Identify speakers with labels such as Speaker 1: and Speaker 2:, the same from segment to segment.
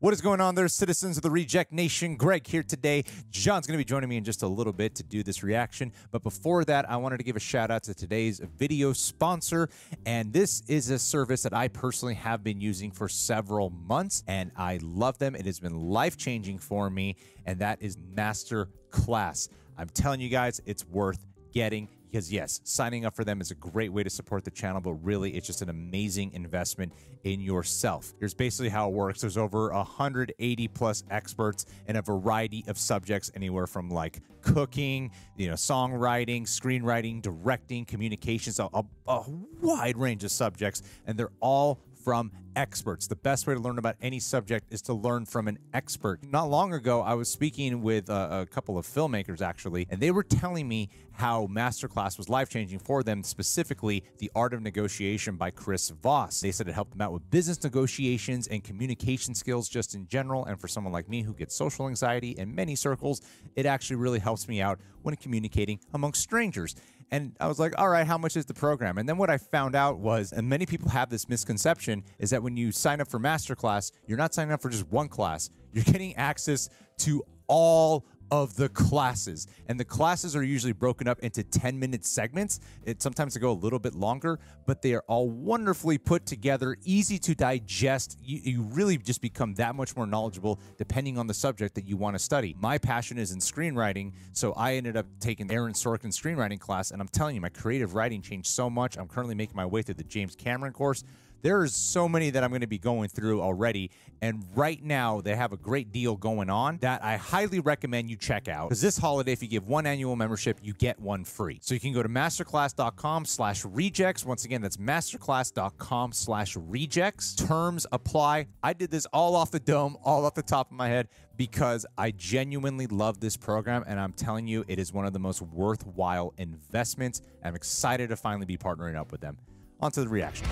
Speaker 1: What is going on there, citizens of the Reject Nation? Greg here today. John's going to be joining me in just a little bit to do this reaction. But before that, I wanted to give a shout out to today's video sponsor. And this is a service that I personally have been using for several months, and I love them. It has been life changing for me, and that is Master Class. I'm telling you guys, it's worth getting because yes, signing up for them is a great way to support the channel, but really it's just an amazing investment in yourself. Here's basically how it works. There's over 180 plus experts in a variety of subjects, anywhere from like cooking, you know, songwriting, screenwriting, directing, communications, a, a, a wide range of subjects, and they're all from experts. The best way to learn about any subject is to learn from an expert. Not long ago, I was speaking with a, a couple of filmmakers actually, and they were telling me how Masterclass was life changing for them, specifically The Art of Negotiation by Chris Voss. They said it helped them out with business negotiations and communication skills just in general. And for someone like me who gets social anxiety in many circles, it actually really helps me out when communicating amongst strangers. And I was like, all right, how much is the program? And then what I found out was, and many people have this misconception, is that when you sign up for Masterclass, you're not signing up for just one class, you're getting access to all of the classes. And the classes are usually broken up into 10 minute segments. It sometimes they go a little bit longer, but they are all wonderfully put together, easy to digest. You, you really just become that much more knowledgeable depending on the subject that you want to study. My passion is in screenwriting, so I ended up taking Aaron Sorkin's screenwriting class. And I'm telling you, my creative writing changed so much. I'm currently making my way through the James Cameron course there is so many that I'm going to be going through already. And right now, they have a great deal going on that I highly recommend you check out. Because this holiday, if you give one annual membership, you get one free. So you can go to masterclass.com slash rejects. Once again, that's masterclass.com slash rejects. Terms apply. I did this all off the dome, all off the top of my head because I genuinely love this program. And I'm telling you, it is one of the most worthwhile investments. I'm excited to finally be partnering up with them. On to the reaction.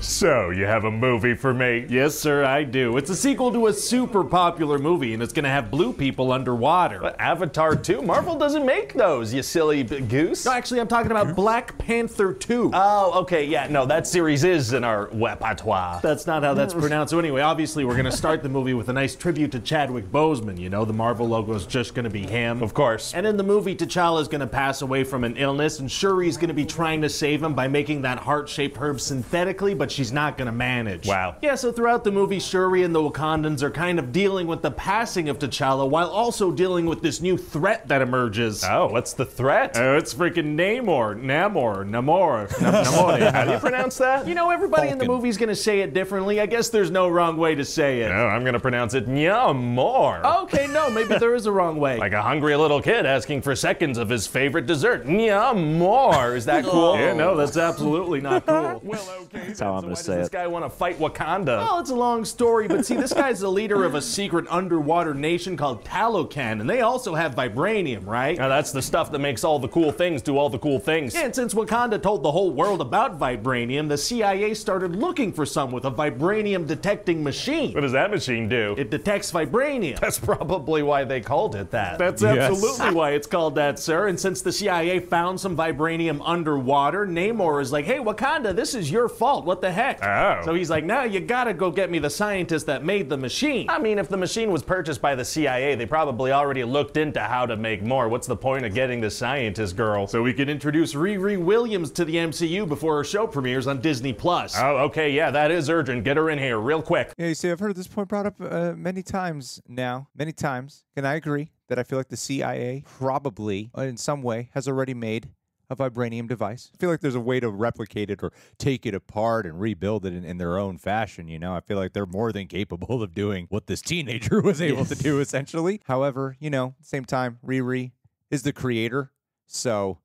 Speaker 2: So, you have a movie for me?
Speaker 3: Yes, sir, I do. It's a sequel to a super popular movie, and it's going to have blue people underwater.
Speaker 4: But Avatar 2? Marvel doesn't make those, you silly b- goose.
Speaker 3: No, actually, I'm talking about Black Panther 2.
Speaker 4: Oh, okay, yeah, no, that series is in our repertoire.
Speaker 3: that's not how that's pronounced. So, anyway, obviously, we're going to start the movie with a nice tribute to Chadwick Boseman. You know, the Marvel logo is just going to be him.
Speaker 4: Of course.
Speaker 3: And in the movie, T'Challa is going to pass away from an illness, and Shuri's going to be trying to save him by making that heart shaped herb synthetically, but she's not going to manage.
Speaker 4: Wow.
Speaker 3: Yeah, so throughout the movie, Shuri and the Wakandans are kind of dealing with the passing of T'Challa while also dealing with this new threat that emerges.
Speaker 4: Oh, what's the threat?
Speaker 3: Oh, it's freaking Namor, Namor, Namor,
Speaker 4: How do
Speaker 3: Namor.
Speaker 4: you pronounce that?
Speaker 3: you know, everybody in the
Speaker 1: Vulcan.
Speaker 3: movie's going to say it differently. I guess there's no wrong way to say it.
Speaker 4: No, oh, I'm gonna pronounce it Nyamor.
Speaker 3: Okay, no, maybe there is a wrong way.
Speaker 4: Like a hungry little kid asking for seconds of his favorite dessert. Nyamor. Is that cool?
Speaker 3: yeah, no, that's absolutely not cool.
Speaker 4: Well, okay. That's
Speaker 5: how I'm gonna
Speaker 4: why
Speaker 5: say
Speaker 4: does this
Speaker 5: it.
Speaker 4: guy want to fight Wakanda?
Speaker 3: Well, it's a long story, but see, this guy's the leader of a secret underwater nation called Talocan, and they also have vibranium, right?
Speaker 4: Now, that's the stuff that makes all the cool things do all the cool things.
Speaker 3: And since Wakanda told the whole world about vibranium, the CIA started looking for some with a vibranium detecting
Speaker 4: What
Speaker 3: machine.
Speaker 4: does that machine do?
Speaker 3: It detects vibranium.
Speaker 4: that's probably why they called it that.
Speaker 3: That's absolutely why it's called that, sir. And since the CIA found some vibranium underwater, Namor is like, hey, Wakanda, this is your fault. What the heck?
Speaker 4: Oh.
Speaker 3: So he's like, now you gotta go get me the scientist that made the machine.
Speaker 4: I mean, if the machine was purchased by the CIA, they probably already looked into how to make more. What's the point of getting the scientist girl?
Speaker 3: So we can introduce Riri Williams to the MCU before her show premieres on Disney Plus.
Speaker 4: oh, okay, yeah, that is urgent. Get her in here real quick.
Speaker 1: Yeah, you see, I've heard this point brought up uh, many times now, many times, and I agree that I feel like the CIA probably, uh, in some way, has already made a vibranium device. I feel like there's a way to replicate it or take it apart and rebuild it in, in their own fashion. You know, I feel like they're more than capable of doing what this teenager was able to do, essentially. However, you know, same time, Riri is the creator, so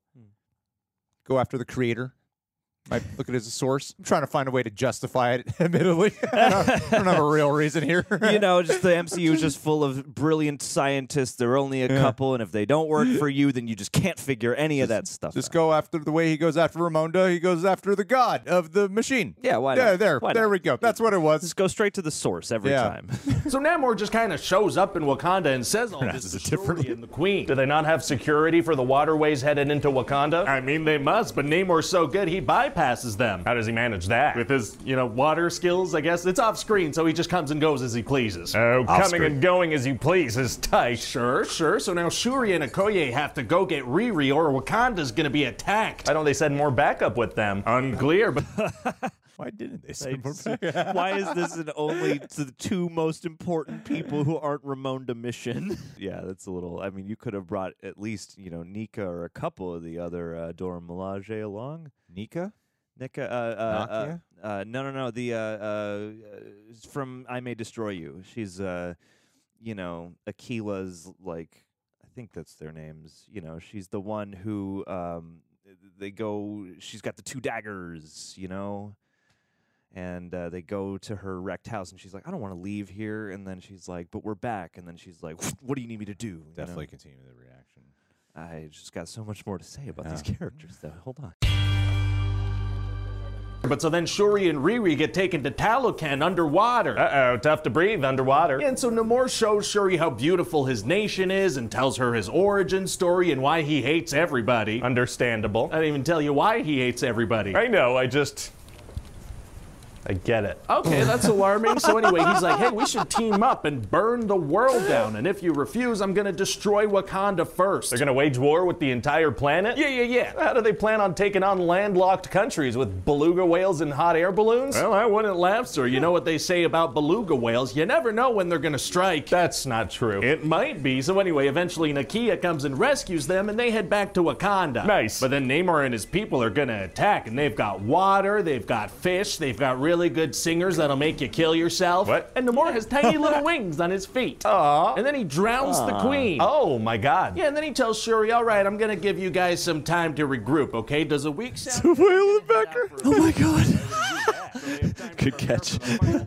Speaker 1: go after the creator. I look at it as a source. I'm trying to find a way to justify it. Admittedly, I, don't, I don't have a real reason here.
Speaker 5: you know, just the MCU is just full of brilliant scientists. There are only a couple, and if they don't work for you, then you just can't figure any of that stuff.
Speaker 1: Just
Speaker 5: out.
Speaker 1: go after the way he goes after Ramonda. He goes after the god of the machine.
Speaker 5: Yeah, why
Speaker 1: There,
Speaker 5: not?
Speaker 1: there,
Speaker 5: Why
Speaker 1: there
Speaker 5: not?
Speaker 1: we go. That's what it was.
Speaker 5: Just go straight to the source every
Speaker 1: Yeah.
Speaker 5: time.
Speaker 4: So Namor just kind of shows up in Wakanda and says all this
Speaker 1: Pronounces it
Speaker 4: to Shuri
Speaker 1: differently.
Speaker 4: and the Queen.
Speaker 3: Do they not have security for the waterways headed into Wakanda?
Speaker 4: I mean, they must, but Namor's so good he bypasses them.
Speaker 3: How does he manage that?
Speaker 4: With his, you know, water skills, I guess. It's off screen, so he just comes and goes as he pleases.
Speaker 3: Oh, coming
Speaker 6: Oscar.
Speaker 3: and going as you please is tight.
Speaker 4: Sure, sure. So now Shuri and Okoye have to go get Riri, or Wakanda's gonna be attacked.
Speaker 3: Why don't they send more backup with them?
Speaker 4: Unclear, but
Speaker 1: Why didn't they? say more
Speaker 5: It's- Why is this an only to the two most important people who aren't Ramon to mission? yeah, that's a little. I mean, you could have brought at least you know Nika or a couple of the other uh, Dora Milaje along.
Speaker 1: Nika?
Speaker 5: Nika, uh, uh,
Speaker 1: Nakia?
Speaker 5: uh, uh, no, no, no. The uh, uh, uh, from I May Destroy You. She's uh, you know, Akila's like I think that's their names. You know, she's the one who um, they go. She's got the two daggers. You know. And uh, they go to her wrecked house, and she's like, "I don't want to leave here." And then she's like, "But we're back." And then she's like, "What do you need me to do?" You know?
Speaker 1: Definitely continue the reaction.
Speaker 5: I just got so much more to say about these characters, though. Hold on.
Speaker 4: but so then Shuri and Riri get taken to Talokan underwater.
Speaker 3: Uh oh, tough to breathe underwater.
Speaker 4: And so Namor shows Shuri how beautiful his nation is and tells her his origin story and why he hates everybody. I
Speaker 3: Understandable.
Speaker 4: didn't even tell you why he hates everybody.
Speaker 3: I know, I just. I get it.
Speaker 4: Okay, that's alarming. So anyway, he's like, hey, we should team up and burn the world down. And if you refuse, I'm gonna destroy Wakanda first.
Speaker 3: They're gonna wage war with the entire planet?
Speaker 4: yeah, yeah, yeah.
Speaker 3: How do they plan on taking on landlocked countries with beluga whales and hot air balloons?
Speaker 4: Well, I wouldn't laugh, sir. You know what they say about beluga whales? You never know when they're gonna strike.
Speaker 3: That's not true.
Speaker 4: It might be. So anyway, eventually Nakia comes and rescues them, and they head back to Wakanda.
Speaker 3: Nice.
Speaker 4: But then Namor and his people are gonna attack, and they've got water, they've got fish, they've got really good singers that'll make you kill yourself.
Speaker 3: What?
Speaker 4: And Namor has tiny little wings on his feet. Aww. And then he drowns the queen.
Speaker 3: oh my god.
Speaker 4: Yeah, and then he tells Shuri, "All right, I'm gonna give you guys some time to regroup. Okay? Does a week sound?"
Speaker 5: Oh my god! Good catch.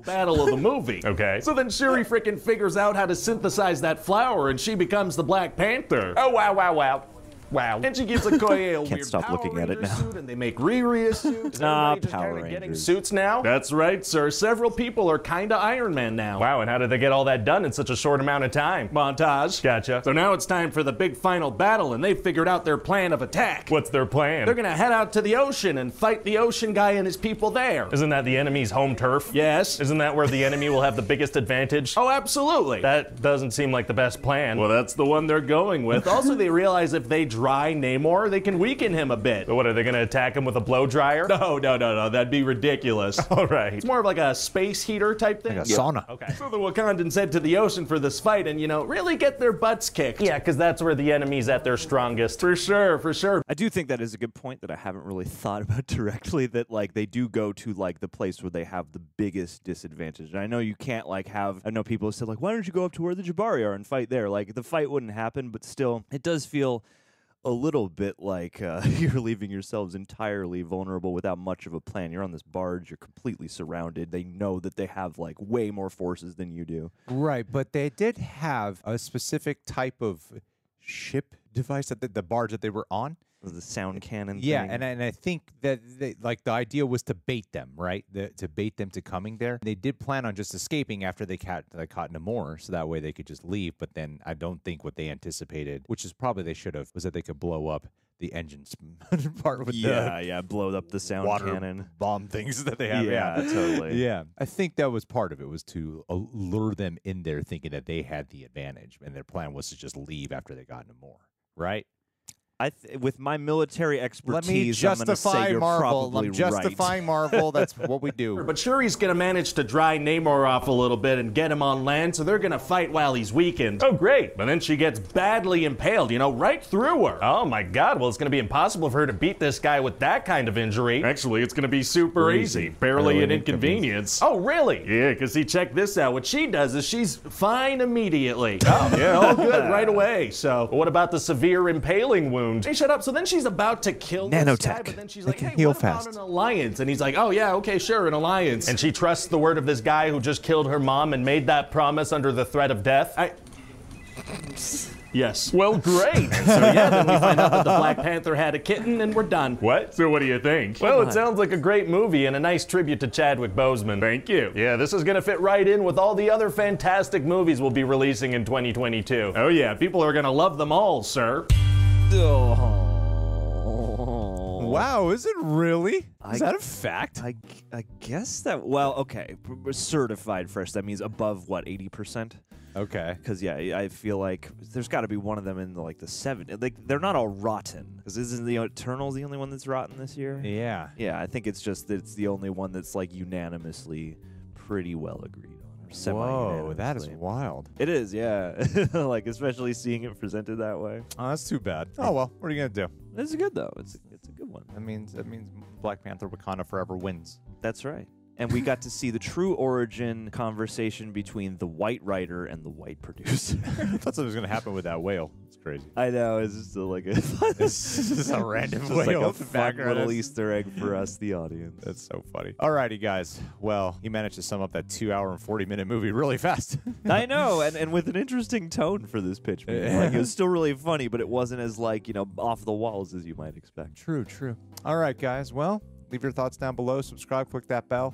Speaker 4: battle of the movie.
Speaker 3: Okay.
Speaker 4: So then Shuri freaking figures out how to synthesize that flower, and she becomes the Black Panther.
Speaker 3: Oh wow, wow, wow. Wow.
Speaker 4: And she gives Okoye a weird
Speaker 5: stop
Speaker 4: Power
Speaker 5: looking at it
Speaker 4: Ranger
Speaker 5: now.
Speaker 4: suit, and they make Riri a suit.
Speaker 5: Ah,
Speaker 3: Everybody just
Speaker 5: Power
Speaker 3: kinda getting
Speaker 5: Rangers.
Speaker 3: suits now?
Speaker 4: That's right, sir. Several people are kinda Iron Man now.
Speaker 3: Wow, and how did they get all that done in such a short amount of time?
Speaker 4: Montage.
Speaker 3: Gotcha.
Speaker 4: So now it's time for the big final battle, and they've figured out their plan of attack.
Speaker 3: What's their plan?
Speaker 4: They're gonna head out to the ocean and fight the ocean guy and his people there.
Speaker 3: Isn't that the enemy's home turf?
Speaker 4: Yes.
Speaker 3: Isn't that where the enemy will have the biggest advantage?
Speaker 4: Oh, absolutely.
Speaker 3: That doesn't seem like the best plan.
Speaker 4: well, that's the one they're going with. also, they realize if they dry Namor, they can weaken him a bit.
Speaker 3: But what are they gonna attack him with a blow dryer?
Speaker 4: No, no, no, no. That'd be ridiculous.
Speaker 3: All right.
Speaker 4: It's more of like a space heater type thing.
Speaker 1: sauna.
Speaker 3: Okay.
Speaker 4: So the Wakandans head to the ocean for this fight and, you know, really get their butts kicked.
Speaker 3: Yeah, because that's where the enemy's at their strongest.
Speaker 4: For sure, for sure.
Speaker 5: I do think that is a good point that I haven't really thought about directly. That like they do go to like the place where they have the biggest disadvantage. And I know you can't like have. I know people have said like, why don't you go up to where the Jabari are and fight there? Like the fight wouldn't happen, but still, it does feel a little bit like uh, you're leaving yourselves entirely vulnerable without much of a plan. You're on this barge. You're completely surrounded. They know that they have like way more forces than you do.
Speaker 1: Right, but they did have a specific type of ship device that the, the barge that they were on.
Speaker 5: The sound cannon.
Speaker 1: Yeah,
Speaker 5: thing.
Speaker 1: and I- and I think that they, like the idea was to bait them, right? The, to bait them to coming there. They did plan on just escaping after they caught they caught Namor, so that way they could just leave. But then I don't think what they anticipated, which is probably they should have, was that they could blow up the engines part with
Speaker 5: yeah, yeah, blow up the
Speaker 1: the
Speaker 5: sound
Speaker 1: water
Speaker 5: cannon.
Speaker 1: bomb things that they have.
Speaker 5: Yeah, totally.
Speaker 1: Yeah, I think that was part of it was to uh, lure them in there, thinking that they had the advantage, and their plan was to just leave after they got Namor, right?
Speaker 5: I th- with my military expertise,
Speaker 1: Let me
Speaker 5: I'm gonna
Speaker 1: justify
Speaker 5: say you're
Speaker 1: Marvel.
Speaker 5: probably
Speaker 1: I'm justifying Marvel. That's what we do.
Speaker 4: But Shuri's gonna manage to dry Namor off a little bit and get him on land, so they're gonna fight while he's weakened.
Speaker 3: Oh, great.
Speaker 4: But then she gets badly impaled, you know, right through her.
Speaker 3: Oh my god, well, it's gonna be impossible for her to beat this guy with that kind of injury.
Speaker 4: Actually, it's gonna be super easy. Barely, an inconvenience.
Speaker 3: Oh, really?
Speaker 4: Yeah, because see, check this out. What she does is she's fine immediately. Oh, yeah, all good right away. So,
Speaker 3: What about the severe impaling wound?
Speaker 4: wound.
Speaker 3: Hey, shut up. So then she's about to kill this guy,
Speaker 5: Nanotech.
Speaker 3: but then she's
Speaker 1: They
Speaker 3: like,
Speaker 1: can
Speaker 3: hey,
Speaker 1: heal
Speaker 3: what about
Speaker 1: fast.
Speaker 3: an alliance? And he's like, oh, yeah, okay, sure, an alliance.
Speaker 4: And she trusts the word of this guy who just killed her mom and made that promise under the threat of death.
Speaker 3: I. Yes. Well, great. And so yeah, then we find out that the Black Panther had a kitten, and we're done.
Speaker 4: What?
Speaker 2: So what do you think?
Speaker 4: Well, it sounds like a great movie and a nice tribute to Chadwick Boseman.
Speaker 2: thank you.
Speaker 4: Yeah, this is going to fit right in with all the other fantastic movies we'll be releasing in 2022.
Speaker 3: Oh yeah, people are gonna love them all, sir.
Speaker 1: Wow, is it really? Is
Speaker 5: I-
Speaker 1: that a fact?
Speaker 5: I, g- I guess that well okay b- b- certified fresh that means above what 80%
Speaker 1: okay.
Speaker 5: because yeah I I feel like there's got to be one of them in the, like the seven like they're not all rotten because isn't the Eternals the only one that's rotten this year
Speaker 1: Yeah.
Speaker 5: yeah I think it's just that it's the only one that's like unanimously pretty well agreed on or
Speaker 1: Whoa, that is
Speaker 5: semi-unanimously.
Speaker 1: wild.
Speaker 5: it is yeah like especially seeing it presented that way
Speaker 1: Oh, that's too bad. Oh well, what are you gonna do?
Speaker 5: it's good though it's it's a good one
Speaker 1: That means that means Black Panther Wakanda Forever wins.
Speaker 5: That's right. And we got to see the true origin conversation between the white writer and the white producer.
Speaker 1: I thought something was gonna happen with that whale. It's crazy.
Speaker 5: I know, it's just a, like a,
Speaker 1: This is a random
Speaker 5: just like
Speaker 1: whale
Speaker 5: a
Speaker 1: in the
Speaker 5: fun
Speaker 1: background.
Speaker 5: little Easter egg for us, the audience.
Speaker 1: That's so funny. Alrighty, guys. Well, you managed to sum up that two hour and forty minute movie really fast.
Speaker 5: I know, and, and with an interesting tone for this pitch. Man. Like, it was still really funny, but it wasn't as like you know off the walls as you might expect.
Speaker 1: true, true. All right, guys. Well, leave your thoughts down below. Subscribe, click that bell.